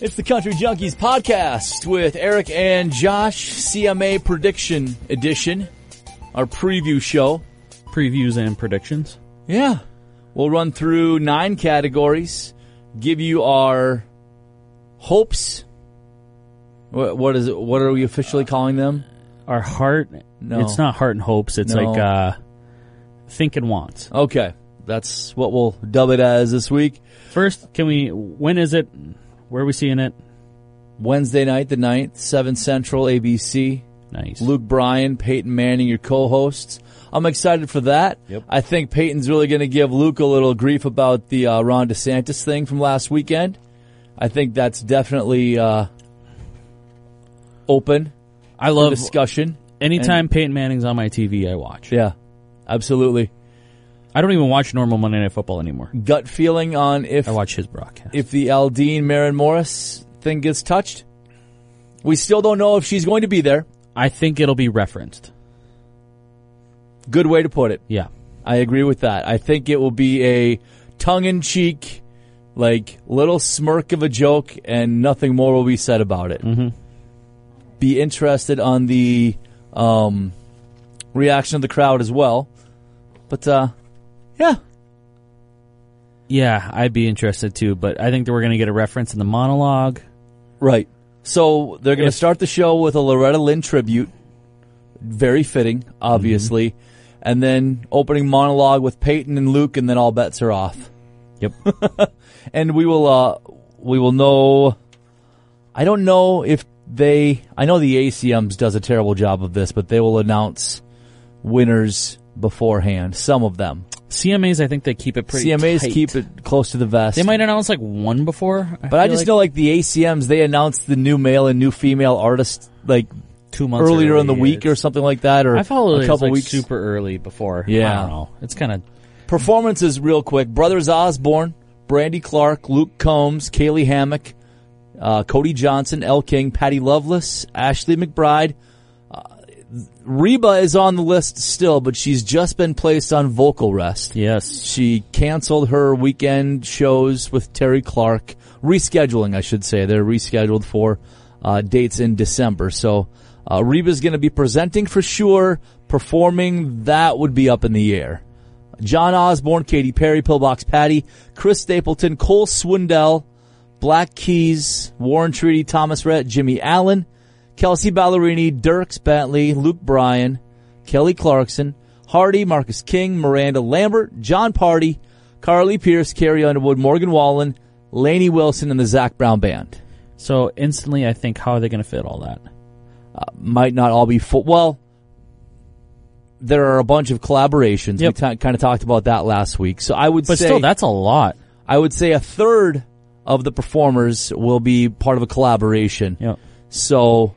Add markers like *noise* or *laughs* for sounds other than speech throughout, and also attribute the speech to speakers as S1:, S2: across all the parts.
S1: It's the Country Junkies podcast with Eric and Josh, CMA Prediction Edition, our preview show.
S2: Previews and predictions.
S1: Yeah. We'll run through nine categories, give you our hopes. What, what is it? What are we officially calling them?
S2: Our heart,
S1: No.
S2: it's not heart and hopes. It's
S1: No.
S2: like uh, think and wants.
S1: Okay. That's what we'll dub it as this week.
S2: First, can we? When is it? Where are we seeing it?
S1: Wednesday night, the 9th, 7 Central, ABC.
S2: Nice.
S1: Luke Bryan, Peyton Manning, your co-hosts. I'm excited for that.
S2: Yep.
S1: I think Peyton's really going to give Luke a little grief about the uh, Ron DeSantis thing from last weekend. I think that's definitely uh, open
S2: I love
S1: discussion.
S2: anytime Peyton Manning's on my TV. I watch.
S1: Yeah, absolutely.
S2: I don't even watch normal Monday Night Football anymore.
S1: Gut feeling on if
S2: I watch his broadcast.
S1: if the Aldine Marin Morris thing gets touched. We still don't know if she's going to be there.
S2: I think it'll be referenced.
S1: Good way to put it.
S2: Yeah.
S1: I agree with that. I think it will be a tongue in cheek, like little smirk of a joke, and nothing more will be said about it. Mm-hmm. Be interested on the um, reaction of the crowd as well. But uh, yeah,
S2: Yeah, I'd be interested too, but I think that we're going to get a reference in the monologue.
S1: right. So they're going to
S2: If-
S1: start the show with a Loretta Lynn tribute. Very fitting, obviously.
S2: Mm-hmm.
S1: And then opening monologue with Peyton and Luke, and then all bets are off.
S2: Yep.
S1: *laughs* and we will uh we will know I don't know if they I know the ACMs does a terrible job of this, but they will announce winners beforehand, some of them.
S2: CMAs, I think they keep it pretty
S1: CMAs
S2: tight.
S1: keep it close to the vest.
S2: They might announce like one before.
S1: but I just know like the ACMs they announce the new male and new female artist like
S2: two months
S1: earlier in the week
S2: or
S1: or
S2: something.
S1: something like that or
S2: I follow
S1: a couple
S2: like
S1: weeks.
S2: super early before.
S1: Yeah.
S2: I don't know. It's kind of
S1: Performances real quick. Brothers Osborne, Brandy Clark, Luke Combs, Kaylee Hammock, uh, Cody Johnson, El King, Patty Loveless, Ashley McBride. Uh, Reba is on the list still, but she's just been placed on vocal rest.
S2: yes.
S1: She canceled her weekend shows with Terry Clark. Rescheduling, I should say. They're rescheduled for uh, dates in December. So uh, Reba's going to be presenting for sure. Performing, that would be up in the air. John Osborne, Katy Perry, Pillbox Patty, Chris Stapleton, Cole Swindell, Black Keys, Warren Treaty, Thomas Rhett, Jimmy Allen, Kelsey Ballerini, Dirks Bentley, Luke Bryan, Kelly Clarkson, Hardy, Marcus King, Miranda Lambert, John Party, Carly Pierce, Carrie Underwood, Morgan Wallen, Laney Wilson, and the Zach Brown Band.
S2: So instantly, I think how are they going to fit all that?
S1: Uh, Might not all be full. Well, there are a bunch of collaborations.
S2: Yep.
S1: We kind of talked about that last week. So I would
S2: But
S1: say
S2: still, that's a lot.
S1: I would say a third of the performers will be part of a collaboration.
S2: Yeah.
S1: So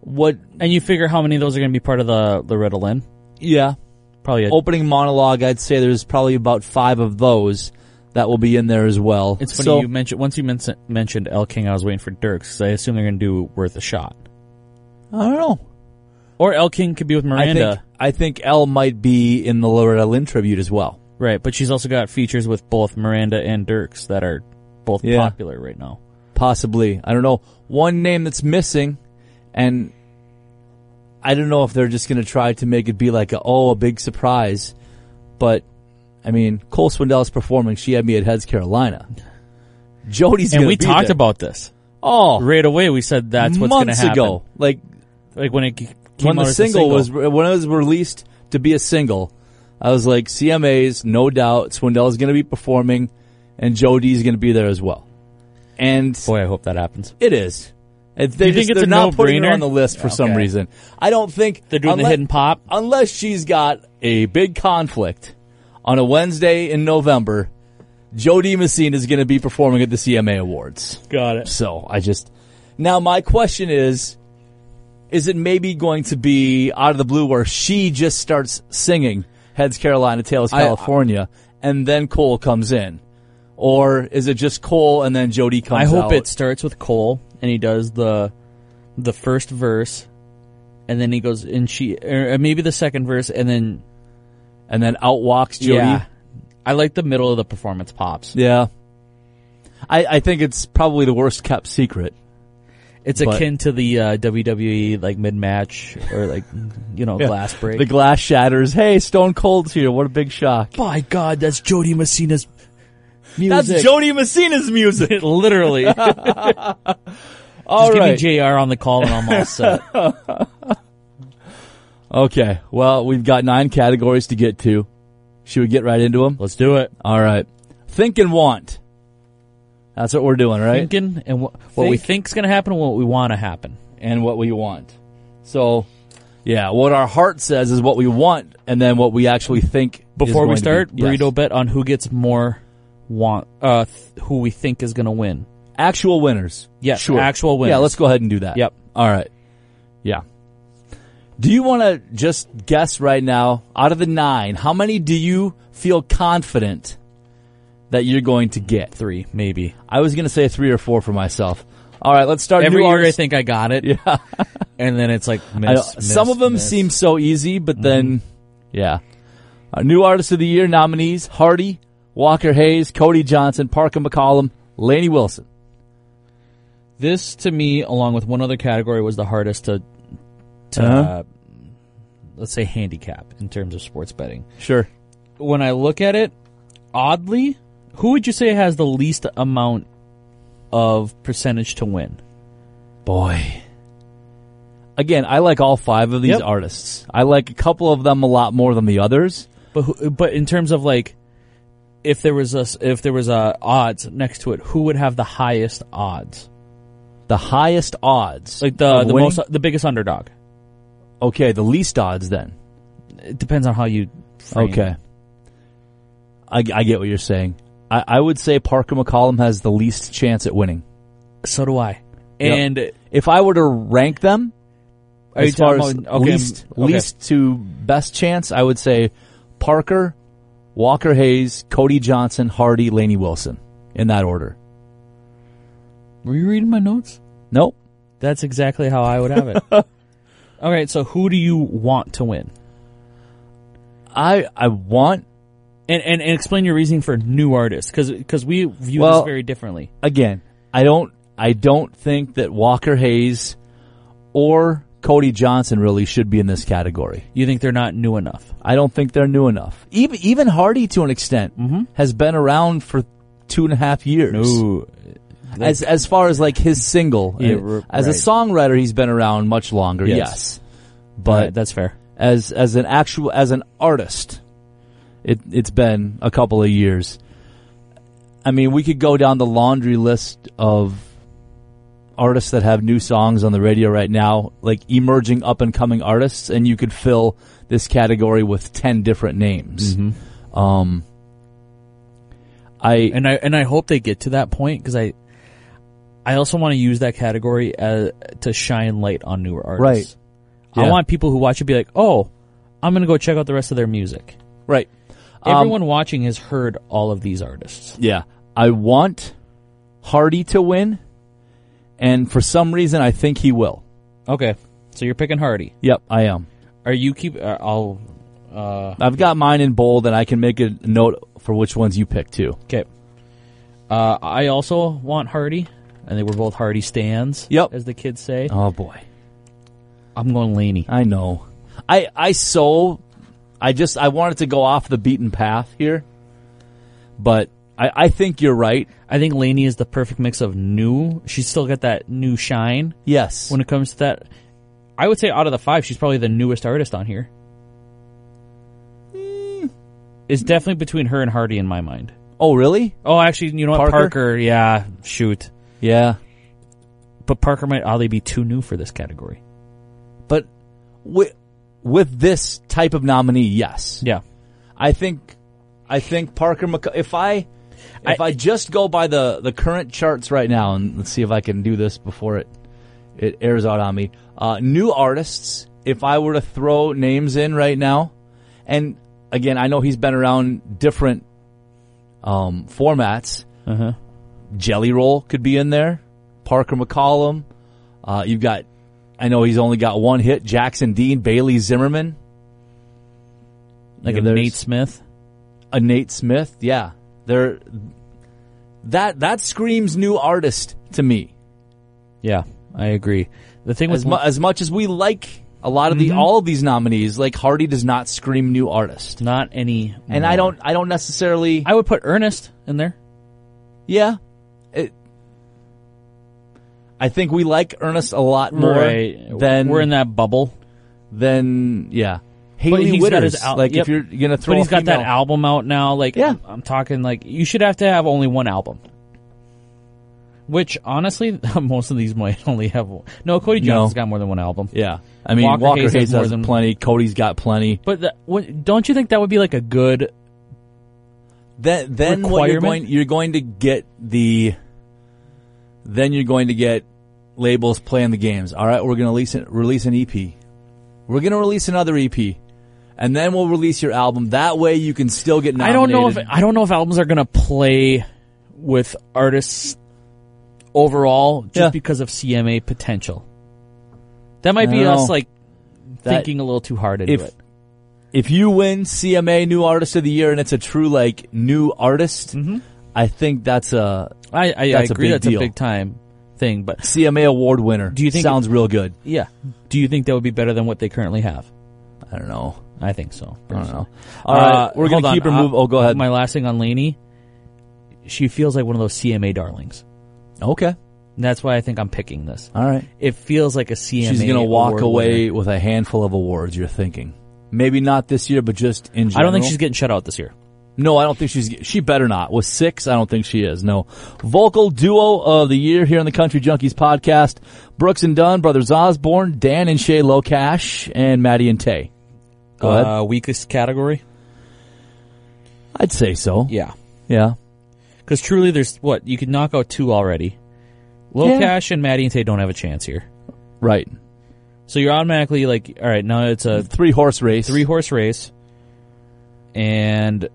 S1: what?
S2: And you figure how many of those are going to be part of the Loretta Lynn?
S1: Yeah.
S2: Probably. A,
S1: opening monologue, I'd say there's probably about five of those that will be in there as well.
S2: it's funny
S1: So-
S2: you mentioned once you men- mentioned El King. I was waiting for Dirks because I assume they're going to do worth a shot.
S1: I don't know.
S2: Or El King could be with
S1: I
S2: Miranda,
S1: think, I think Elle might be in the Loretta Lynn tribute as well.
S2: right? But she's also got features with both Miranda and Dirks that are both
S1: Yeah.
S2: popular right now.
S1: Possibly. I don't know. One name that's missing, and I don't know if they're just going to try to make it be like, a, oh, a big surprise. But, I mean, Cole Swindell's performing. She had me at Heads Carolina. Jody's
S2: and
S1: gonna
S2: we
S1: be
S2: talked
S1: there.
S2: about this
S1: oh
S2: right away. We said that's what's going to
S1: months
S2: happen.
S1: ago, like
S2: Like when it c- came
S1: when
S2: out
S1: the
S2: as a
S1: single, was when it was released to be a single, I was like CMAs, no doubt. Swindell is going to be performing, and Jody is going to be there as well. And
S2: Boy, I hope that happens.
S1: it is. It- They
S2: You think
S1: just-
S2: it's
S1: they're
S2: a
S1: not putting her
S2: no-brainer?
S1: on the list for some
S2: Okay.
S1: reason. I don't think
S2: They're doing the
S1: unless,
S2: hidden pop.
S1: unless she's got a big conflict on a Wednesday in November. Jody Messina is going to be performing at the CMA Awards.
S2: Got it.
S1: So I just now my question is: Is it maybe going to be out of the blue where she just starts singing "Heads Carolina, Tails
S2: I-
S1: California" and then Cole comes in, or is it just Cole and then Jody
S2: I
S1: comes?
S2: hope
S1: out?
S2: it starts with Cole and he does the the first verse, and then he goes and she or maybe the second verse, and then
S1: and then out walks Jody.
S2: Jody. I like the middle of the performance pops.
S1: Yeah. I, I think it's probably the worst kept secret.
S2: It's
S1: But-
S2: akin to the uh, WWE like mid match or like you know glass break.
S1: The glass shatters. Hey, Stone Cold's here. What a big shock.
S2: By God, that's Jody Messina's music.
S1: That's Jody Messina's music.
S2: *laughs* Literally, just
S1: All
S2: give
S1: right.
S2: me Jr. on the call and I'm all set.
S1: okay. Well, we've got nine categories to get to. Should we get right into them?
S2: Let's do it.
S1: All right. Think and want. That's what we're doing, right?
S2: *laughs* Thinking and what, what we think's going to happen and what we want to happen.
S1: and what we want. So, yeah, what our heart says is what we want, and then what we actually think.
S2: Before we start,
S1: burrito.
S2: burrito bet on who gets more want uh th- who we think is going to win.
S1: actual winners.
S2: Yes,
S1: sure.
S2: actual winners.
S1: Yeah, let's go ahead and do that.
S2: Yep.
S1: All right. Yeah. Do you want to just guess right now, out of the nine, how many do you feel confident that you're going to get?
S2: Three, maybe.
S1: I was going to say three or four for myself. All right, let's start.
S2: Every
S1: New
S2: year I
S1: Year's.
S2: think I got it. Yeah. *laughs* and then it's like miss,
S1: I know.
S2: miss,
S1: some of them
S2: miss. Mm-hmm.
S1: seem so easy, but then, yeah. Our new artist of the year nominees: Hardy, Walker Hayes, Cody Johnson, Parker McCollum, Laney Wilson.
S2: This to me, along with one other category, was the hardest to, to
S1: Uh-huh.
S2: uh, let's say handicap in terms of sports betting.
S1: Sure.
S2: When I look at it, oddly, who would you say has the least amount of percentage to win?
S1: Boy. Again, I like all five of these
S2: Yep.
S1: artists. I like a couple of them a lot more than the others.
S2: But who, but in terms of like, if there was a s- if there was a odds next to it, who would have the highest odds?
S1: The highest odds,
S2: Like the
S1: of
S2: the
S1: winning?
S2: most the biggest underdog.
S1: Okay, the least odds then.
S2: It depends on how you. frame
S1: Okay. I, I get what you're saying. I, I would say Parker McCollum has the least chance at winning.
S2: it. So do I.
S1: Yep.
S2: And
S1: If I were to rank them,
S2: are you
S1: as far as
S2: talking about- okay,
S1: least
S2: okay.
S1: least to best chance, I would say Parker, Walker Hayes, Cody Johnson, Hardy, Laney Wilson in that order.
S2: Were you reading my notes?
S1: Nope.
S2: That's exactly how I would
S1: *laughs*
S2: have it. All right, so who do you want to win?
S1: I I want
S2: And and, and explain your reasoning for new artists because we view
S1: Well-
S2: this very differently.
S1: again. I don't I don't think that Walker Hayes or Cody Johnson really should be in this category.
S2: You think they're not new enough?
S1: I don't think they're new enough. Even even Hardy to an extent
S2: Mm-hmm.
S1: has been around for two and a half years.
S2: Ooh,
S1: as as far as like his single
S2: Yeah,
S1: uh,
S2: r-
S1: as a
S2: right.
S1: songwriter he's been around much longer yes,
S2: Yes.
S1: but
S2: that's fair.
S1: as as an actual as an artist it it's been a couple of years i mean we could go down the laundry list of artists that have new songs on the radio right now like emerging up and coming artists and you could fill this category with 10 different names um I
S2: And I and I hope they get to that point because I I also want to use that category uh, to shine light on newer artists.
S1: Right.
S2: I
S1: Yeah.
S2: want people who watch it be like, oh, I'm gonna go check out the rest of their music.
S1: right
S2: Everyone watching has heard all of these artists.
S1: Yeah. I want Hardy to win, and for some reason, I think he will.
S2: Okay, so you're picking Hardy.
S1: Yep, I am.
S2: Are you keep? Uh, I'll. Uh,
S1: I've got mine in bold, and I can make a note for which ones you pick, too.
S2: okay. Uh, I also want Hardy, and they were both Hardy stands.
S1: Yep.
S2: as the kids say.
S1: Oh, boy.
S2: I'm going Laney.
S1: I know. I, I so, I just, I wanted to go off the beaten path here, but I, I think you're right.
S2: I think Laney is the perfect mix of new. She's still got that new shine
S1: Yes.
S2: when it comes to that. I would say out of the five, she's probably the newest artist on here.
S1: Hmm.
S2: It's definitely between her and Hardy in my mind.
S1: Oh, really?
S2: Oh, actually, you know what,
S1: Parker?
S2: Parker yeah, shoot.
S1: Yeah.
S2: But Parker might oddly be too new for this category.
S1: But with, with this type of nominee, yes.
S2: Yeah.
S1: I think, I think Parker McC- If I, if I,
S2: I-
S1: just go by the the current charts right now, and let's see if I can do this before it it airs out on me. Uh, new artists. If I were to throw names in right now, and again, I know he's been around different um, formats.
S2: Uh-huh.
S1: Jelly Roll could be in there. Parker McCollum. Uh, you've got. I know he's only got one hit. Jackson Dean, Bailey Zimmerman,
S2: Like
S1: Yeah,
S2: a
S1: there's-
S2: Nate Smith.
S1: a Nate Smith. Yeah, they're That that screams new artist to me.
S2: Yeah, I agree. The thing
S1: As,
S2: with Mm-hmm.
S1: mu- as much as we like a lot of the all of these nominees, like Hardy does not scream new artist.
S2: not any,
S1: And I don't I don't necessarily
S2: I would put Ernest in there.
S1: Yeah. It, I think we like Ernest a lot more than
S2: we're in that bubble.
S1: than yeah.
S2: But
S1: Haley
S2: he's got his
S1: Witters.
S2: al-
S1: like
S2: yep.
S1: if you're gonna throw
S2: But he's
S1: a
S2: got that
S1: female-
S2: album out now. Like,
S1: Yeah.
S2: I'm, I'm talking like you should have to have only one album. Which honestly, *laughs* most of these might *laughs* only have one. No, Cody
S1: No.
S2: Johnson's got more than one album.
S1: Yeah. I mean Walker,
S2: Walker Hayes has
S1: Hayes
S2: more
S1: has
S2: than-
S1: plenty, Cody's got plenty.
S2: But that, what, don't you think that would be like a good?
S1: Then then what you're
S2: Requirement?
S1: going you're going to get the then you're going to get labels playing the games. All right, we're going to release an, release an EP. We're going to release another EP. And then we'll release your album. That way you can still get
S2: I
S1: nominated.
S2: don't know if I don't know if albums are gonna play with artists overall just
S1: Yeah.
S2: because of CMA potential. That might be
S1: No.
S2: us like
S1: That-
S2: thinking a little too hard into
S1: if-
S2: it.
S1: if you win CMA New Artist of the Year and it's a true like new artist,
S2: Mm-hmm.
S1: I think that's a
S2: I, I, I
S1: that's a
S2: agree
S1: big
S2: that's
S1: deal.
S2: a big time thing, but
S1: CMA award winner.
S2: Do you think-
S1: sounds real good?
S2: Yeah. Do you think that would be better than what they currently have?
S1: I don't know.
S2: I think so.
S1: I don't know. All right, we're gonna keep her move. Oh, go ahead.
S2: Uh, My last thing on Laney, she feels like one of those CMA darlings.
S1: okay.
S2: And that's why I think I'm picking this.
S1: All right.
S2: It feels like a CMA.
S1: She's gonna walk
S2: award
S1: away
S2: winner.
S1: with a handful of awards. You're thinking maybe not this year, but just in
S2: I
S1: general.
S2: don't think she's getting shut out this year.
S1: No, I don't think she's. She better not. With six, I don't think she is. No. Vocal duo of the year here on the Country Junkies podcast: Brooks and Dunn, brothers Osborne, Dan and Shay Locash, and Maddie and Tay. Go ahead.
S2: Uh, weakest category.
S1: I'd say so.
S2: Yeah.
S1: Yeah.
S2: Because truly, there's what you could knock out two already. Low
S1: Yeah.
S2: cash and Maddie and Tay don't have a chance here.
S1: Right.
S2: So you're automatically like, all right, now it's a
S1: Three horse race.
S2: three horse race, and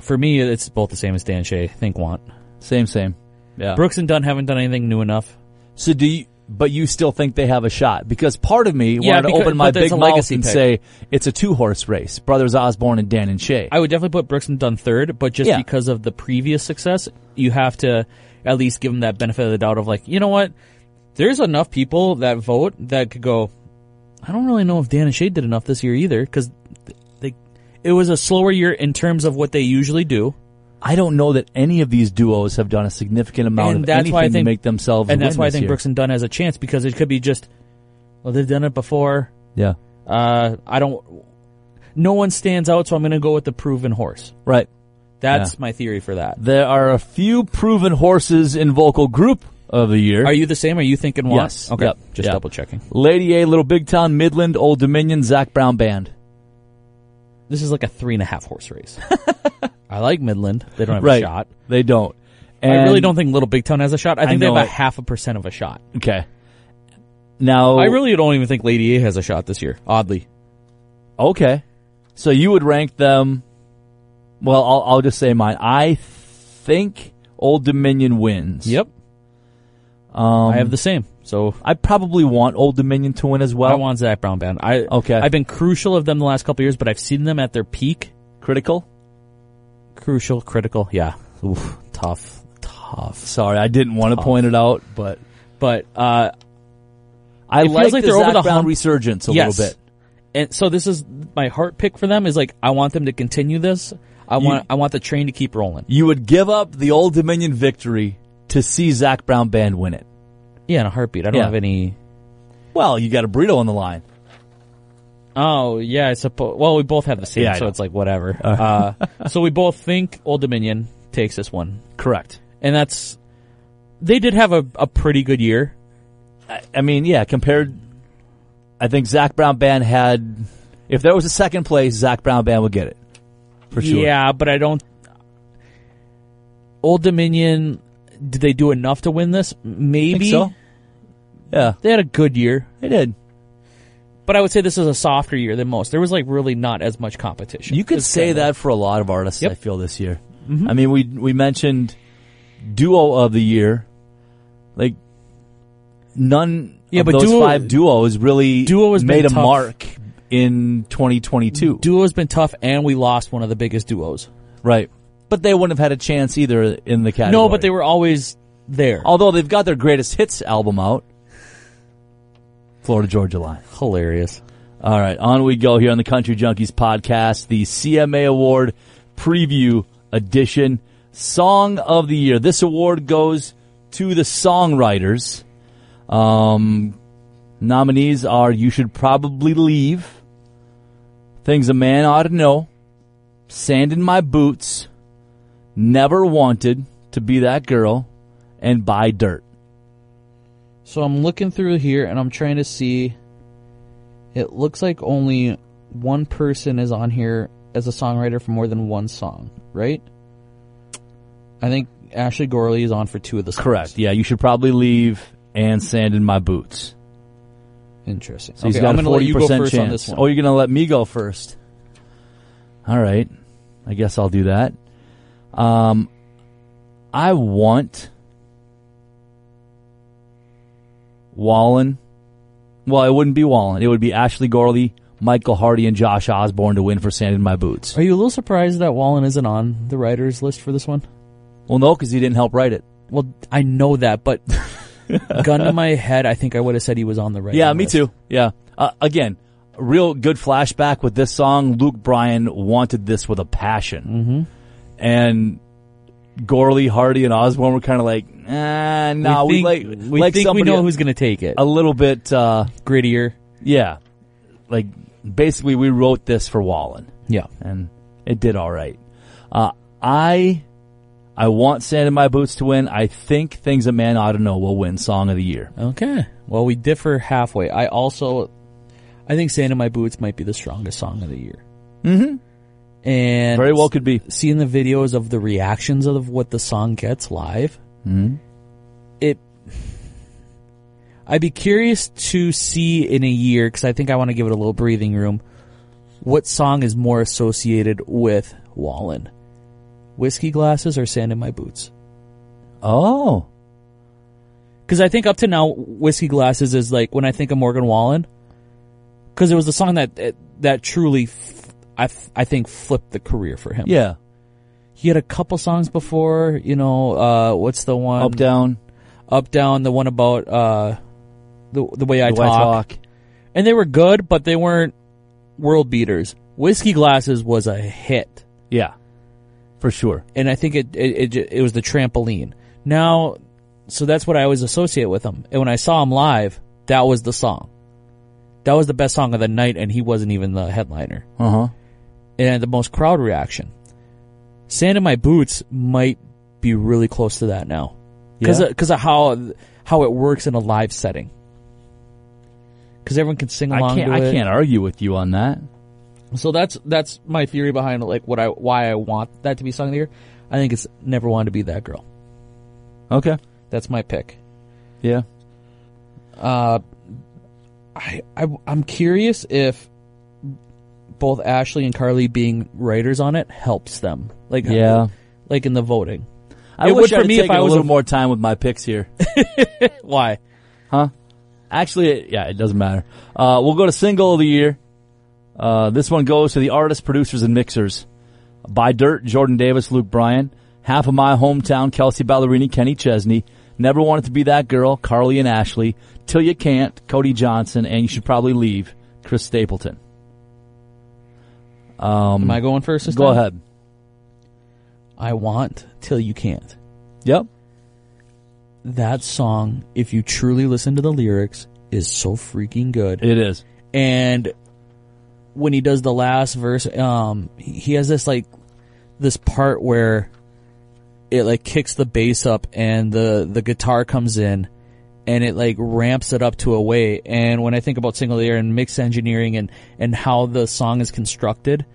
S2: for me, it's both the same as Dan Shay. Think want
S1: Same, same. Yeah.
S2: Brooks and Dunn haven't done anything new enough.
S1: So do you, but you still think they have a shot? Because part of me
S2: Yeah,
S1: wanted
S2: because-
S1: to open my
S2: but there's
S1: big
S2: a
S1: mouth
S2: legacy
S1: and
S2: pick.
S1: say it's a two horse race. Brothers Osborne and Dan and Shay.
S2: I would definitely put Brooks and Dunn third, but just
S1: Yeah.
S2: because of the previous success, you have to at least give them that benefit of the doubt of like, you know what? There's enough people that vote that could go. I don't really know if Dan and Shay did enough this year either because they it was a slower year in terms of what they usually do.
S1: I don't know that any of these duos have done a significant amount
S2: And
S1: of
S2: that's
S1: anything
S2: why I
S1: to
S2: think-
S1: make themselves.
S2: and that's
S1: win
S2: why I
S1: this
S2: think
S1: year.
S2: Brooks and Dunn has a chance because it could be just, well, they've done it before.
S1: Yeah.
S2: Uh, I don't. No one stands out, so I'm going to go with the proven horse.
S1: Right.
S2: That's
S1: Yeah.
S2: my theory for that.
S1: There are a few proven horses in vocal group of the year.
S2: Are you the same? Are you thinking one?
S1: Yes.
S2: Okay.
S1: Yep.
S2: Just
S1: Yeah.
S2: double checking.
S1: Lady A, Little Big Town, Midland, Old Dominion, Zach Brown Band.
S2: This is like a three and a half horse *laughs* race. I like Midland. They don't have
S1: right.
S2: a shot.
S1: They don't.
S2: I really
S1: And-
S2: don't think Little Big Town has a shot. I think they
S1: know
S2: have a
S1: it.
S2: half a percent of a shot.
S1: Okay. Now
S2: I really don't even think Lady A has a shot this year. Oddly,
S1: Okay. So you would rank them. Well, I'll, I'll just say mine. I think Old Dominion wins.
S2: yep.
S1: Um,
S2: I have the same. So
S1: I probably want Old Dominion to win as well.
S2: I want Zach Brown band. I
S1: Okay.
S2: I've been crucial of them the last couple years, but I've seen them at their peak.
S1: Critical.
S2: Crucial, critical, yeah. Oof, tough, tough.
S1: Sorry, I didn't want to point it out, but
S2: But uh,
S1: I
S2: It feels
S1: like,
S2: like
S1: the
S2: they're over
S1: Zac
S2: the
S1: Brown
S2: hump.
S1: resurgence a
S2: yes.
S1: little bit.
S2: And so this is my heart pick for them is like I want them to continue this. I want I want the train to keep rolling.
S1: You would give up the Old Dominion victory to see Zach Brown Band win it.
S2: Yeah, in a heartbeat. I don't
S1: Yeah.
S2: have any.
S1: Well, you got a burrito on the line.
S2: Oh yeah, I suppose. Well, we both have the same,
S1: Yeah, I
S2: so
S1: know.
S2: it's like whatever. Uh, so we both think Old Dominion takes this one,
S1: Correct.
S2: and that's they did have a, a pretty good year.
S1: I mean, yeah, compared, I think Zach Brown Band had, if there was a second place, Zach Brown Band would get it. For sure.
S2: Yeah, but I don't. Old Dominion, did they do enough to win this?
S1: Think
S2: Maybe
S1: so? Yeah,
S2: they had a good year,
S1: they did.
S2: but I would say this is a softer year than most. There was like really not as much competition.
S1: You could
S2: It's
S1: say
S2: kinda-
S1: that for a lot of artists,
S2: Yep. Mm-hmm.
S1: I feel, this year. I mean, we, we mentioned duo of the year. Like, none
S2: Yeah,
S1: of
S2: but
S1: those
S2: duo-
S1: five duos really
S2: Duo has been
S1: made a
S2: tough.
S1: mark in 2022.
S2: duo's been tough, and we lost one of the biggest duos.
S1: right. but they wouldn't have had a chance either in the category.
S2: No, but they were always there.
S1: Although they've got their greatest hits album out, Florida Georgia Line.
S2: Hilarious.
S1: All right, on we go here on the Country Junkies podcast, the CMA Award preview edition, Song of the Year. This award goes to the songwriters. Um, nominees are You Should Probably Leave, Things a Man Ought to Know, Sand in My Boots, Never Wanted to Be That Girl, and Buy Dirt.
S2: So I'm looking through here and I'm trying to see. It looks like only one person is on here as a songwriter for more than one song, right? I think Ashley Gorley is on for two of the songs.
S1: Correct. Yeah, You Should Probably Leave and Sand in My Boots.
S2: Interesting.
S1: So he's
S2: okay,
S1: got
S2: I'm
S1: a
S2: gonna let
S1: forty
S2: you go
S1: percent
S2: first
S1: chance.
S2: on this one.
S1: Oh, you're gonna let me go first. All right, I guess I'll do that. Um, I want Wallen. Well, it wouldn't be Wallen. It would be Ashley Gorley, Michael Hardy, and Josh Osborne to win for "Sand in My Boots."
S2: Are you a little surprised that Wallen isn't on the writers list for this one?
S1: Well, no, because he didn't help write it.
S2: Well, I know that,
S1: *laughs*
S2: but gun to my head, I think I would have said he was on the right.
S1: Yeah, me too. Yeah. Uh, again, real good flashback with this song. Luke Bryan wanted this with a passion. Mm-hmm. And Gorley, Hardy, and Osborne were kind of like, eh,
S2: We
S1: nah, we,
S2: think,
S1: like,
S2: we,
S1: like
S2: think we
S1: somebody
S2: know who's going to take it.
S1: a little bit, uh,
S2: Grittier.
S1: yeah. Like, basically, we wrote this for Wallen,
S2: Yeah.
S1: and it did all right. Uh, I. I want Sand in My Boots to win. I think Things a Man Ought to Know will win Song of the Year.
S2: Okay. Well, we differ halfway. I also, I think "Sand in My Boots" might be the strongest song of the year. Mm-hmm. And
S1: Very well could be.
S2: seeing the videos of the reactions of what the song gets live,
S1: Mm-hmm.
S2: it. I'd be curious to see in a year because I think I want to give it a little breathing room. What song is more associated with Wallen? Whiskey glasses or sand in my boots?
S1: Oh.
S2: Because I think up to now, whiskey glasses is like when I think of Morgan Wallen, because it was the song that that, that truly, f- I f- I think flipped the career for him.
S1: Yeah.
S2: he had a couple songs before. You know, uh, what's the one
S1: Up, down.
S2: Up, down, the one about uh, the the way I,
S1: The
S2: talk.
S1: White Hawk.
S2: and they were good, but they weren't world beaters. Whiskey glasses was a hit,
S1: Yeah, for sure.
S2: and I think it it it, ju- it was the trampoline. Now, so that's what I always associate with him. And when I saw him live, that was the song. That was the best song of the night, and he wasn't even the headliner.
S1: Uh huh.
S2: and the most crowd reaction. Sand in my boots might be really close to that now, because
S1: Yeah.
S2: of, how how it works in a live setting. Because everyone can sing
S1: I
S2: along
S1: can't.
S2: to
S1: I
S2: it.
S1: can't argue with you on that.
S2: So that's that's my theory behind like what I why I want that to be sung here. I think it's never wanted to be that girl.
S1: Okay.
S2: That's my pick.
S1: Yeah.
S2: Uh, I, I I'm curious if both Ashley and Carly being writers on it helps them. Like
S1: Yeah.
S2: like in the voting.
S1: I
S2: It
S1: wish
S2: would for
S1: I'd
S2: me
S1: taken
S2: if I was
S1: a
S2: a-
S1: little more time with my picks
S2: *laughs*
S1: here.
S2: Why?
S1: Actually, it- yeah, it doesn't matter. Uh, we'll go to single of the year. Uh, this one goes to the artists, producers, and mixers. By Dirt, Jordan Davis, Luke Bryan. Half of My Hometown, Kelsey Ballerini, Kenny Chesney. Never Wanted to Be That Girl, Carly and Ashley. Till You Can't, Cody Johnson. And You Should Probably Leave, Chris Stapleton.
S2: Am I going first? This
S1: Um, Go
S2: time?
S1: ahead.
S2: I want till you can't.
S1: Yep.
S2: That song, if you truly listen to the lyrics, is so freaking good.
S1: It is.
S2: And when he does the last verse, um, he he has this like this part where it like kicks the bass up and the the guitar comes in and it like ramps it up to a way and when i think about single layer and mix engineering and and how the song is constructed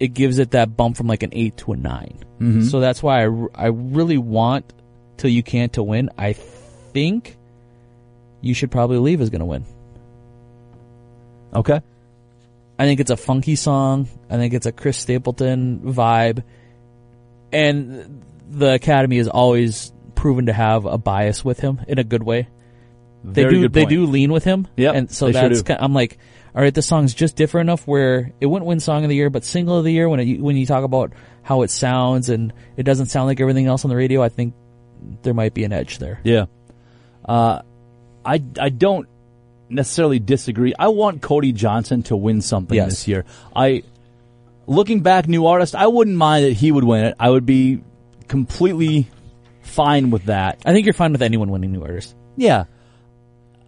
S2: it gives it that bump from like an 8 to a 9 so that's why I, r- I really want till you can't to win i think you should probably leave is going to win
S1: Okay.
S2: I think it's a funky song. I think it's a Chris Stapleton vibe. And the Academy has always proven to have a bias with him in a good way. they
S1: Very
S2: do
S1: good
S2: they
S1: point.
S2: do lean with him.
S1: Yep,
S2: and so
S1: they sure
S2: that's
S1: do.
S2: kind I'm like, all right, this song's just different enough where it wouldn't win song of the year, but single of the year when it, when you talk about how it sounds and it doesn't sound like everything else on the radio. I think there might be an edge there.
S1: Yeah. Uh, I, I don't necessarily disagree. I want Cody Johnson to win something
S2: Yes.
S1: this year. I, looking back, new artist, I wouldn't mind that he would win it. I would be completely fine with that.
S2: I think you're fine with anyone winning new artist.
S1: Yeah.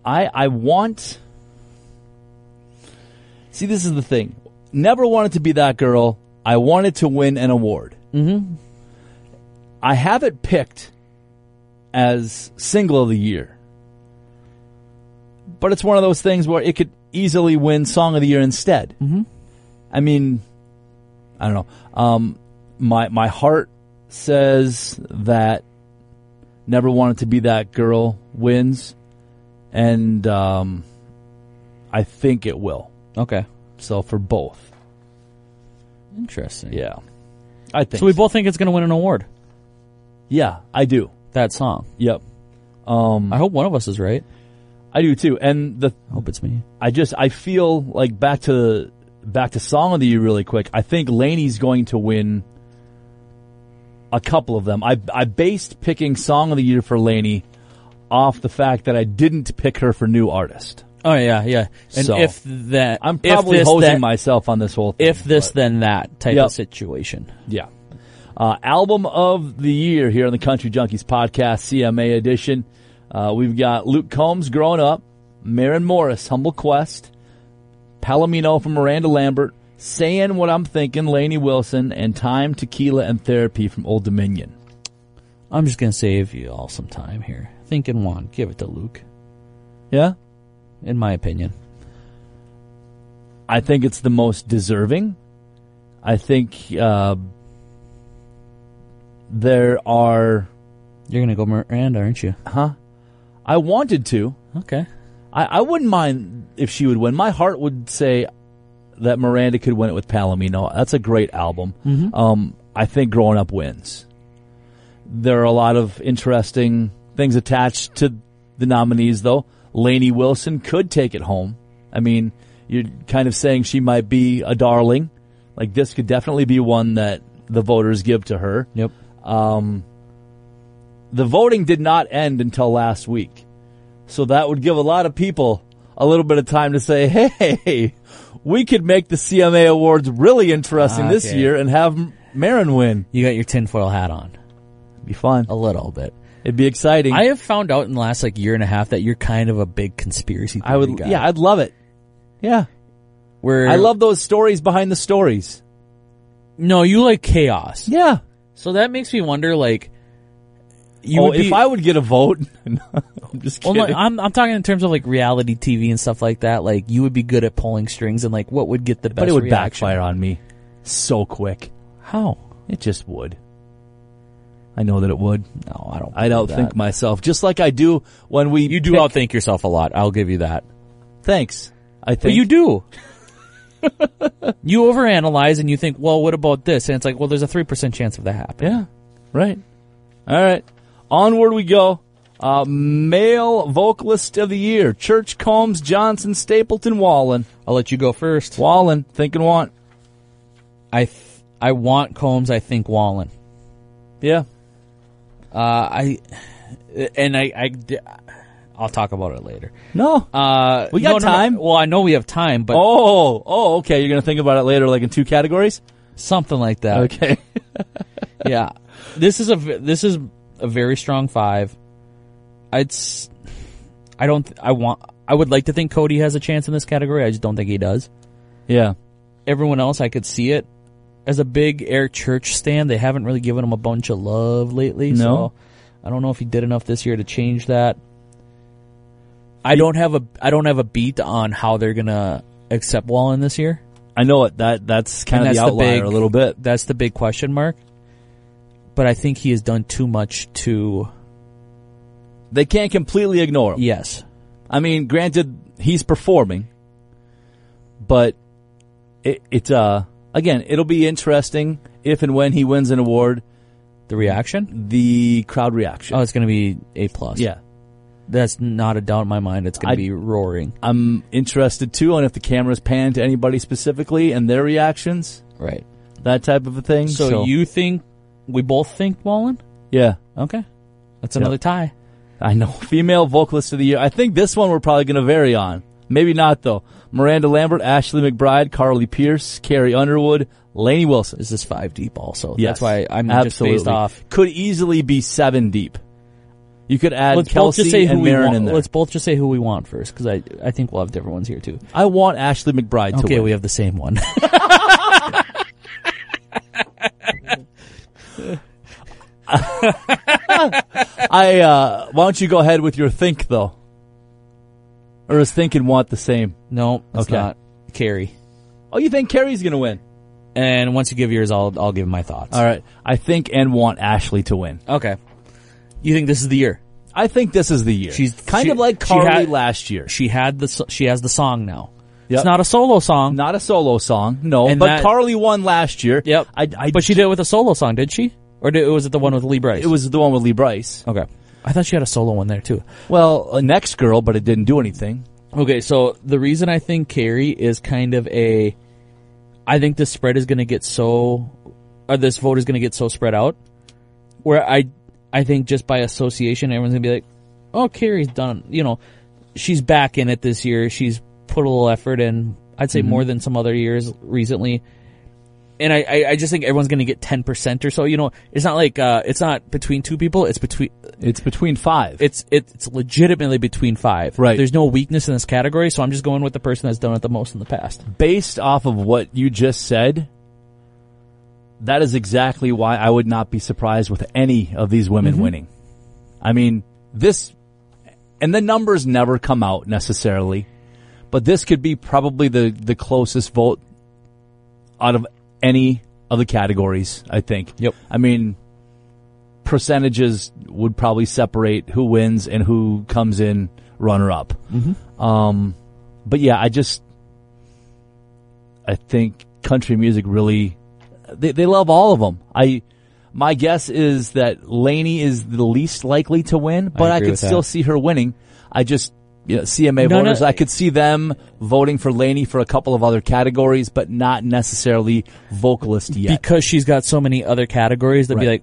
S1: I I want See this is the thing. Never wanted to be that girl. I wanted to win an award. Mm-hmm. I have it picked as single of the year. But it's one of those things where it could easily win song of the year instead. Mm-hmm. I mean, I don't know. Um, my my heart says that never wanted to be that girl wins and um, i think it will
S2: Okay,
S1: so for both
S2: interesting.
S1: yeah i think
S2: So we both think it's going to win an award.
S1: yeah i do
S2: That song.
S1: yep
S2: I hope one of us is right.
S1: i do too and the
S2: I hope it's me.
S1: i just i feel like back to back to song of the year really quick i think laney's going to win a couple of them i i based picking song of the year for laney off the fact that i didn't pick her for new artist
S2: Oh yeah, yeah. And
S1: So,
S2: if that,
S1: i'm
S2: if
S1: probably
S2: this,
S1: hosing
S2: then-
S1: myself on this whole thing
S2: If this, then that type
S1: Yep.
S2: of situation.
S1: Yeah. Uh, album of the year here on the Country Junkies podcast, CMA edition. Uh, we've got Luke Combs, Growing Up, Marin Morris, Humble Quest, Palomino from Miranda Lambert, Saying What I'm Thinking, Laney Wilson, and Time, Tequila, and Therapy from Old Dominion.
S2: I'm just gonna save you all some time here. Think and want. Give it to Luke.
S1: Yeah?
S2: In my opinion,
S1: I think it's the most deserving. I think uh, there are.
S2: you're gonna go Miranda, aren't you?
S1: I wanted to.
S2: Okay.
S1: I, I wouldn't mind if she would win. My heart would say that Miranda could win it with Palomino. That's a great album. Um, I think Growing Up wins. There are a lot of interesting things attached to the nominees, though. Lainey Wilson could take it home. I mean, you're kind of saying she might be a darling. Like, this could definitely be one that the voters give to her.
S2: Yep.
S1: The voting did not end until last week. So that would give a lot of people a little bit of time to say, hey, we could make the CMA Awards really interesting this
S2: Okay.
S1: year and have Marin win.
S2: You got your tinfoil hat on
S1: It'd be fun.
S2: a little bit.
S1: It'd be exciting.
S2: I have found out in the last like year and a half that you're kind of a big conspiracy. Theory
S1: I would,
S2: guy.
S1: yeah, I'd love it. Yeah.
S2: Where
S1: I love those stories behind the stories.
S2: No, you like chaos.
S1: Yeah.
S2: So that makes me wonder, like, you
S1: oh,
S2: would be.
S1: if I would get a vote, *laughs* No, I'm just
S2: well,
S1: kidding.
S2: no, I'm I'm talking in terms of like reality TV and stuff like that. Like, you would be good at pulling strings and like what would get the best.
S1: but it would
S2: reaction.
S1: backfire on me so quick.
S2: How?
S1: It just would. I know that it would.
S2: No, I don't.
S1: I don't
S2: believe
S1: think
S2: that.
S1: myself, just like I do when we.
S2: you do
S1: pick-
S2: outthink yourself a lot. I'll give you that.
S1: Thanks. I think
S2: But you do. *laughs* you overanalyze and you think, well, what about this? And it's like, well, there's a three percent chance of that happening.
S1: Yeah. Right. All right. Onward we go. Uh, male vocalist of the year: Church, Combs, Johnson, Stapleton, Wallen.
S2: I'll let you go first.
S1: Wallen, think and want.
S2: I th- I want Combs. I think Wallen.
S1: Yeah.
S2: Uh, I and I, I d- I'll talk about it later.
S1: No.
S2: Uh,
S1: We got
S2: no, no, no.
S1: time.
S2: Well, I know we have time, but
S1: oh. Oh. Okay. You're gonna think about it later, like in two categories.
S2: something like that.
S1: Okay.
S2: yeah, this is a v- this is a very strong five. I'd s- I don't th- I want I would like to think Cody has a chance in this category. I just don't think he does.
S1: *laughs* yeah.
S2: Everyone else, I could see it as a big Air Church stand. They haven't really given him a bunch of love lately.
S1: No.
S2: So I don't know if he did enough this year to change that. I don't have a I don't have a beat on how they're gonna accept Wallen this year.
S1: I know it. That that's kind
S2: And
S1: of the
S2: that's the
S1: outlier
S2: big-
S1: a little bit.
S2: That's the big question mark. But I think he has done too much to
S1: They can't completely ignore him.
S2: yes.
S1: I mean, granted, he's performing, but it, it's uh again, it'll be interesting if and when he wins an award,
S2: The reaction?
S1: the crowd reaction.
S2: Oh, it's going to be A plus.
S1: yeah,
S2: that's not a doubt in my mind. It's going
S1: I-
S2: to be roaring.
S1: I'm interested too on if the cameras pan to anybody specifically and their reactions,
S2: Right.
S1: that type of a thing.
S2: So, you think we both think Wallen?
S1: yeah,
S2: Okay, that's another tie.
S1: I know *laughs* female vocalist of the year. I think this one we're probably going to vary on. Maybe not though. Miranda Lambert, Ashley McBride, Carly Pierce, Carrie Underwood, Lainey Wilson.
S2: This is five deep also.
S1: Yes,
S2: that's why I'm
S1: absolutely.
S2: just based off.
S1: Could easily be seven deep. You could add
S2: Let's both
S1: Kelsey
S2: just say who
S1: and
S2: we
S1: Marin
S2: want.
S1: in there.
S2: Let's both just say who we want first, because I I think we'll have different ones here too.
S1: I want Ashley McBride to
S2: Okay,
S1: win.
S2: we have the same one. *laughs*
S1: I uh, why don't you go ahead with your think though? Or is think and want the same?
S2: no, it's
S1: Okay.
S2: not Carrie.
S1: Oh, you think Carrie's gonna win?
S2: And once you give yours, I'll I'll give my thoughts.
S1: All right, I think and want Ashley to win.
S2: Okay. You think this is the year?
S1: I think this is the year.
S2: She's-
S1: kind
S2: she-
S1: of like
S2: she
S1: Carly
S2: had-
S1: last year.
S2: She had the so- she has the song now.
S1: Yep.
S2: It's not a solo song,
S1: Not a solo song, no.
S2: And
S1: but
S2: that-
S1: Carly won last year.
S2: Yep.
S1: I, I,
S2: but she did it with a solo song, did she? Or did, was it the one with Lee Bryce?
S1: it was the one with Lee Bryce.
S2: okay. I thought she had a solo one there too.
S1: Well, a next girl, but it didn't do anything.
S2: Okay, so the reason I think Carrie is kind of a, I think this spread is going to get so, or this vote is going to get so spread out, where I, I think just by association, everyone's going to be like, oh, Carrie's done, you know, she's back in it this year. She's put a little effort in. I'd say more than some other years recently. And I, I, I just think everyone's going to get 10% or so. You know, it's not like, uh, it's not between two people. It's between,
S1: It's between five.
S2: it's it's legitimately between five.
S1: Right.
S2: There's no weakness in this category, so I'm just going with the person that's done it the most in the past.
S1: Based off of what you just said, that is exactly why I would not be surprised with any of these women winning. I mean, this, and the numbers never come out necessarily, but this could be probably the, the closest vote out of any of the categories, I think.
S2: Yep.
S1: I mean, percentages would probably separate who wins and who comes in runner up. Mm-hmm. Um, but yeah, I just, I think country music really, they, they love all of them. I, my guess is that Lainey is the least likely to win, but I,
S2: agree
S1: could
S2: with
S1: still
S2: that.
S1: see her winning. I just, you know, CMA
S2: No, no.
S1: voters, I could see them voting for Lainey for a couple of other categories, but not necessarily vocalist yet.
S2: Because she's got so many other categories that would be
S1: Right.
S2: like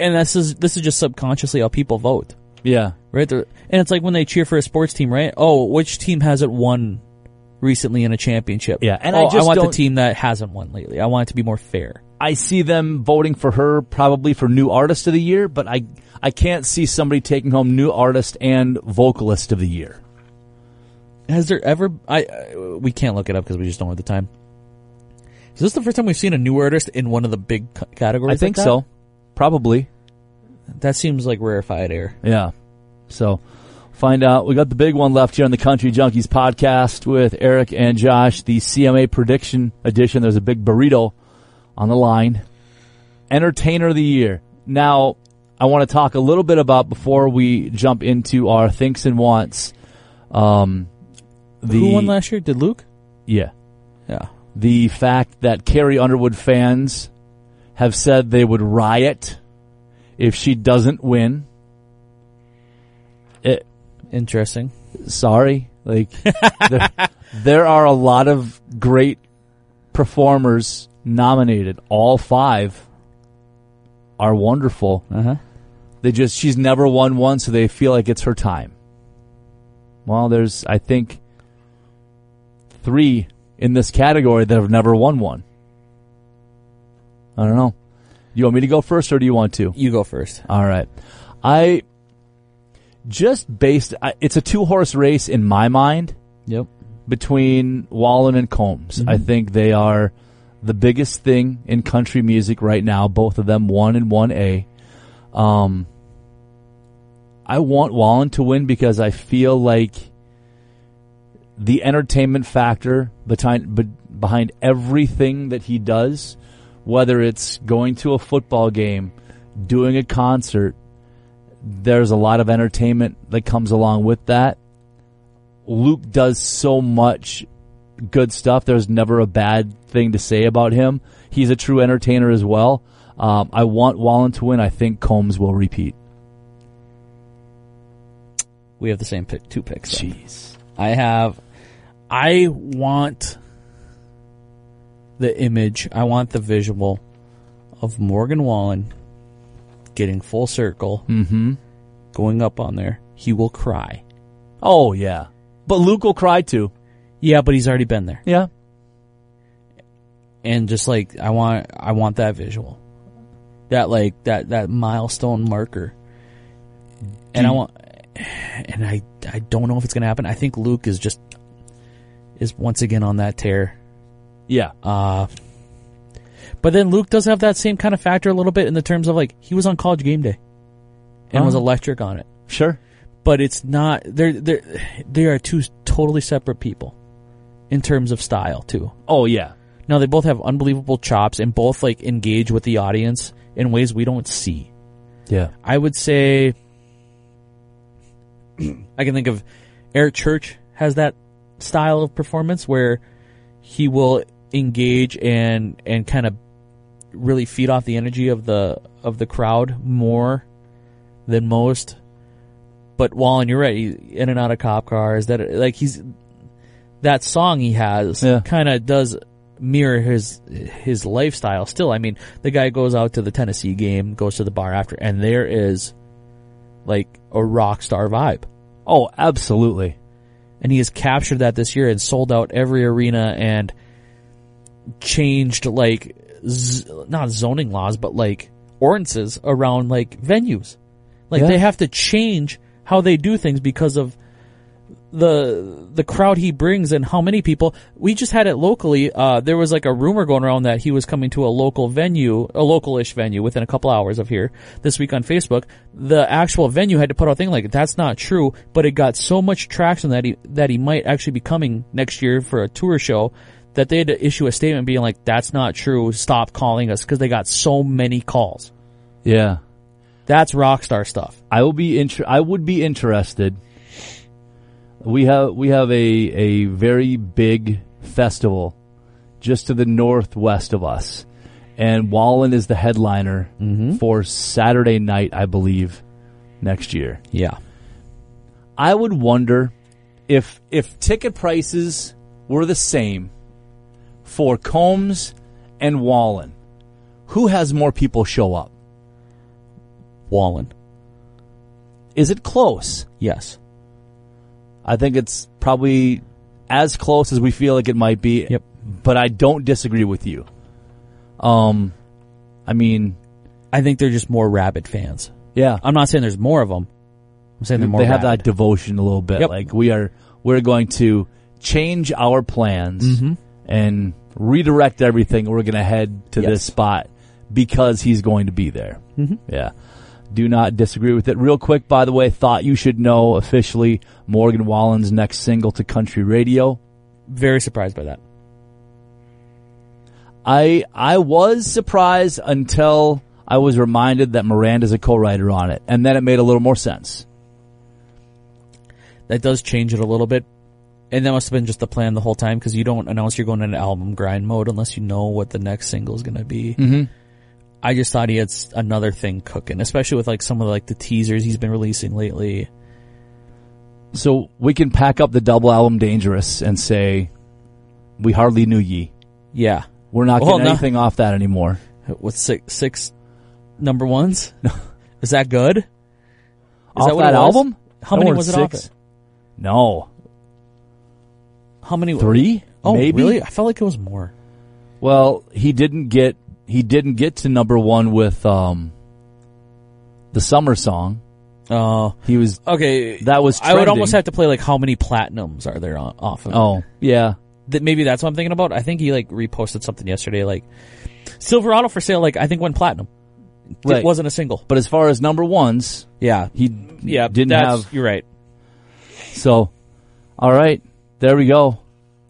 S2: and this is this is just subconsciously how people vote.
S1: yeah.
S2: Right? They're- and it's like when they cheer for a sports team, right? Oh, which team hasn't won recently in a championship?
S1: Yeah, and I
S2: oh,
S1: just
S2: want
S1: don't-
S2: the team that hasn't won lately. I want it to be more fair.
S1: I see them voting for her probably for new artist of the year, but I I can't see somebody taking home new artist and vocalist of the year.
S2: Has there ever? I uh, we can't look it up because we just don't have the time. Is this the first time we've seen a new artist in one of the big c- categories?
S1: I
S2: like
S1: think
S2: that?
S1: so. Probably.
S2: That seems like rarefied air.
S1: Yeah. So find out. We got the big one left here on the Country Junkies podcast with Eric and Josh, the CMA prediction edition. There's a big burrito on the line. Entertainer of the year. Now, I want to talk a little bit about before we jump into our thinks and wants. Um, the
S2: Who won last year? Did Luke?
S1: yeah.
S2: Yeah.
S1: the fact that Carrie Underwood fans have said they would riot if she doesn't win. It,
S2: Interesting.
S1: sorry, like there, there are a lot of great performers nominated. All five are wonderful.
S2: Uh huh.
S1: They just she's never won one, so they feel like it's her time. Well, there's I think three in this category that have never won one. I don't know. You want me to go first, or do you want to?
S2: You go first.
S1: All right, I just based. I, it's a two horse race in my mind
S2: Yep.
S1: between Wallen and Combs. I think they are the biggest thing in country music right now. Both of them, one and one A. Um, I want Wallen to win because I feel like the entertainment factor behind be, behind everything that he does, whether it's going to a football game, doing a concert, there's a lot of entertainment that comes along with that. Luke does so much good stuff. There's never a bad thing to say about him. He's a true entertainer as well. Um, I want Wallen to win. I think Combs will repeat.
S2: We have the same pick, two picks. then.
S1: Jeez.
S2: I have. I want the image. I want the visual of Morgan Wallen getting full circle,
S1: Mm-hmm.
S2: going up on there. He will cry.
S1: Oh yeah. But Luke will cry too.
S2: Yeah, but he's already been there.
S1: Yeah.
S2: and just like I want I want that visual. That like that that milestone marker. And I want and I I don't know if it's going to happen. I think Luke is just is once again on that tear.
S1: Yeah.
S2: Uh But then Luke does have that same kind of factor a little bit in the terms of like he was on college game day and was
S1: Huh.
S2: electric on it.
S1: Sure.
S2: But it's not they're they're they are two totally separate people in terms of style too.
S1: Oh yeah.
S2: No, they both have unbelievable chops and both like engage with the audience in ways we don't see.
S1: Yeah.
S2: I would say I can think of Eric Church has that style of performance where he will engage and and kind of really feed off the energy of the of the crowd more than most. But Wallen, you're right, he- in and out of cop cars. That like he's that song he has
S1: Yeah.
S2: kind of does mirror his his lifestyle still i mean the guy goes out to the tennessee game goes to the bar after and there is like a rock star vibe
S1: Oh, absolutely.
S2: and he has captured that this year and sold out every arena and changed like z- not zoning laws but like ordinances around like venues like
S1: Yeah.
S2: they have to change how they do things because of the the crowd he brings and how many people we just had it locally uh there was like a rumor going around that he was coming to a local venue a local-ish venue within a couple hours of here this week on facebook the actual venue had to put out a thing like that's not true but it got so much traction that he that he might actually be coming next year for a tour show that they had to issue a statement being like that's not true stop calling us because they got so many calls
S1: Yeah.
S2: that's rock star stuff
S1: I will be inter- I would be interested. We have we have a a very big festival just to the northwest of us, and Wallen is the headliner for Saturday night, I believe, next year.
S2: yeah
S1: I would wonder if if ticket prices were the same for Combs and Wallen, who has more people show up?
S2: wallen
S1: Is it close?
S2: yes
S1: I think it's probably as close as we feel like it might be.
S2: Yep.
S1: But I don't disagree with you. Um, I mean,
S2: i think they're just more rabid fans
S1: yeah,
S2: I'm not saying there's more of them. I'm saying they're more.
S1: they have
S2: rabid.
S1: that devotion a little bit.
S2: Yep.
S1: Like we are, we're going to change our plans
S2: Mm-hmm.
S1: and redirect everything. We're going to head to
S2: Yes.
S1: this spot because he's going to be there. Mm-hmm. Yeah. Do not disagree with it. Real quick, by the way, thought you should know officially Morgan Wallen's next single to country radio.
S2: Very surprised by that.
S1: I I was surprised until I was reminded that Miranda's a co-writer on it, and then it made a little more sense.
S2: That does change it a little bit, and that must have been just the plan the whole time because you don't announce you're going into album grind mode unless you know what the next single is going to be. Mm-hmm. I just thought he had s- another thing cooking, especially with like some of like the teasers he's been releasing lately.
S1: So we can pack up the double album "Dangerous" and say, "We hardly knew ye."
S2: Yeah,
S1: We're not
S2: Well,
S1: getting
S2: no.
S1: anything off that anymore.
S2: what's six six number
S1: *laughs*
S2: ones? is that good? Is
S1: off
S2: that what it was?
S1: album?
S2: How
S1: No,
S2: many
S1: we're
S2: was it off
S1: six.
S2: it?
S1: No,
S2: How many?
S1: three.
S2: Oh,
S1: maybe.
S2: really? I felt like it was more.
S1: Well, he didn't get he didn't get to number one with um the summer song.
S2: Oh,
S1: He was
S2: okay.
S1: that was
S2: I would almost
S1: trending.
S2: have to play like how many platinums are there on, off of it.
S1: oh yeah
S2: That maybe that's what I'm thinking about. I think he like reposted something yesterday like Silverado for sale like I think went platinum.
S1: right.
S2: It wasn't a single.
S1: but as far as number ones,
S2: Yeah.
S1: he
S2: Yeah,
S1: didn't
S2: that's-
S1: have
S2: You're right.
S1: So, all right, there we go.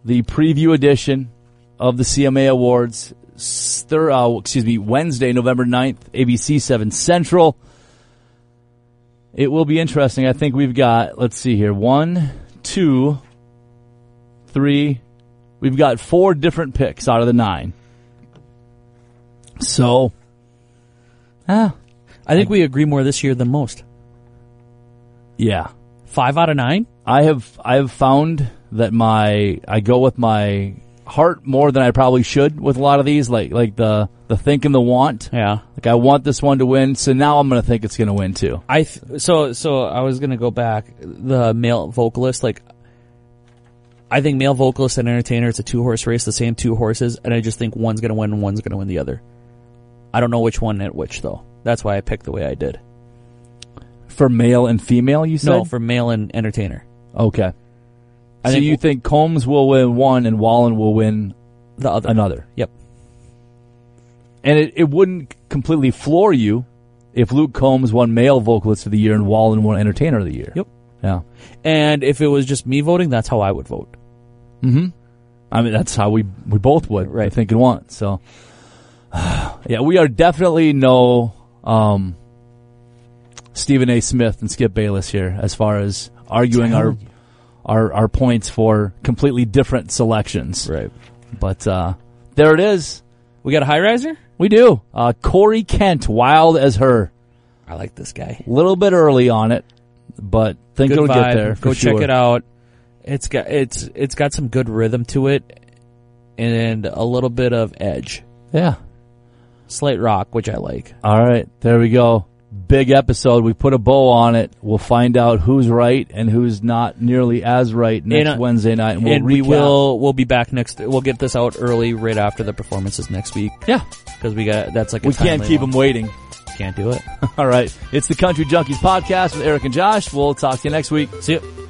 S1: The preview edition of the CMA Awards, s- thir- uh, excuse me, Wednesday, November 9th, ABC 7 Central. It will be interesting. I think we've got, let's see here, one, two, three. We've got four different picks out of the nine. So, ah,
S2: I think we agree more this year than most.
S1: yeah.
S2: five out of nine.
S1: I have I have found that my I go with my heart more than I probably should with a lot of these, like like the the think and the want.
S2: Yeah.
S1: Like I want this one to win, so now I'm gonna think it's gonna win too.
S2: I th- so so I was gonna go back the male vocalist like I think male vocalist and entertainer it's a two horse race the same two horses and I just think one's gonna win and one's gonna win the other I don't know which one at which though that's why I picked the way I did
S1: For male and female, you said.
S2: no for male and entertainer
S1: okay.
S2: I
S1: so
S2: think-
S1: you think Combs will win one and Wallen will win
S2: the other
S1: another,
S2: yep
S1: and it, it wouldn't completely floor you if Luke Combs won male vocalist of the year and Wallen won entertainer of the year.
S2: Yep.
S1: Yeah.
S2: and if it was just me voting that's how I would vote
S1: Mm-hmm. I mean, that's how we we both would I
S2: Right.
S1: think and want. So, *sighs* yeah, we are definitely no um, Stephen A. Smith and Skip Bayless here as far as arguing our, our our points for completely different selections.
S2: right
S1: But uh, there it is.
S2: we got a high riser
S1: We do. Uh, Corey Kent, wild as her.
S2: I like this guy
S1: A little bit early on it, but think
S2: good
S1: it'll
S2: vibe.
S1: get there. for
S2: Go
S1: sure.
S2: check it out. It's got it's it's got some good rhythm to it, and a little bit of edge,
S1: Yeah.
S2: slight rock, which I like.
S1: All right, there we go. Big episode. We put a bow on it. We'll find out who's right and who's not nearly as right next
S2: And, uh,
S1: Wednesday night, and we'll
S2: and we
S1: recap.
S2: will we'll be back next. We'll get this out early, right after the performances next week,
S1: Yeah,
S2: because we got that's like a
S1: we can't
S2: timely
S1: keep
S2: one.
S1: them *laughs* waiting.
S2: Can't do it.
S1: All right, it's the Country Junkies podcast with Eric and Josh. We'll talk to you next week.
S2: See you.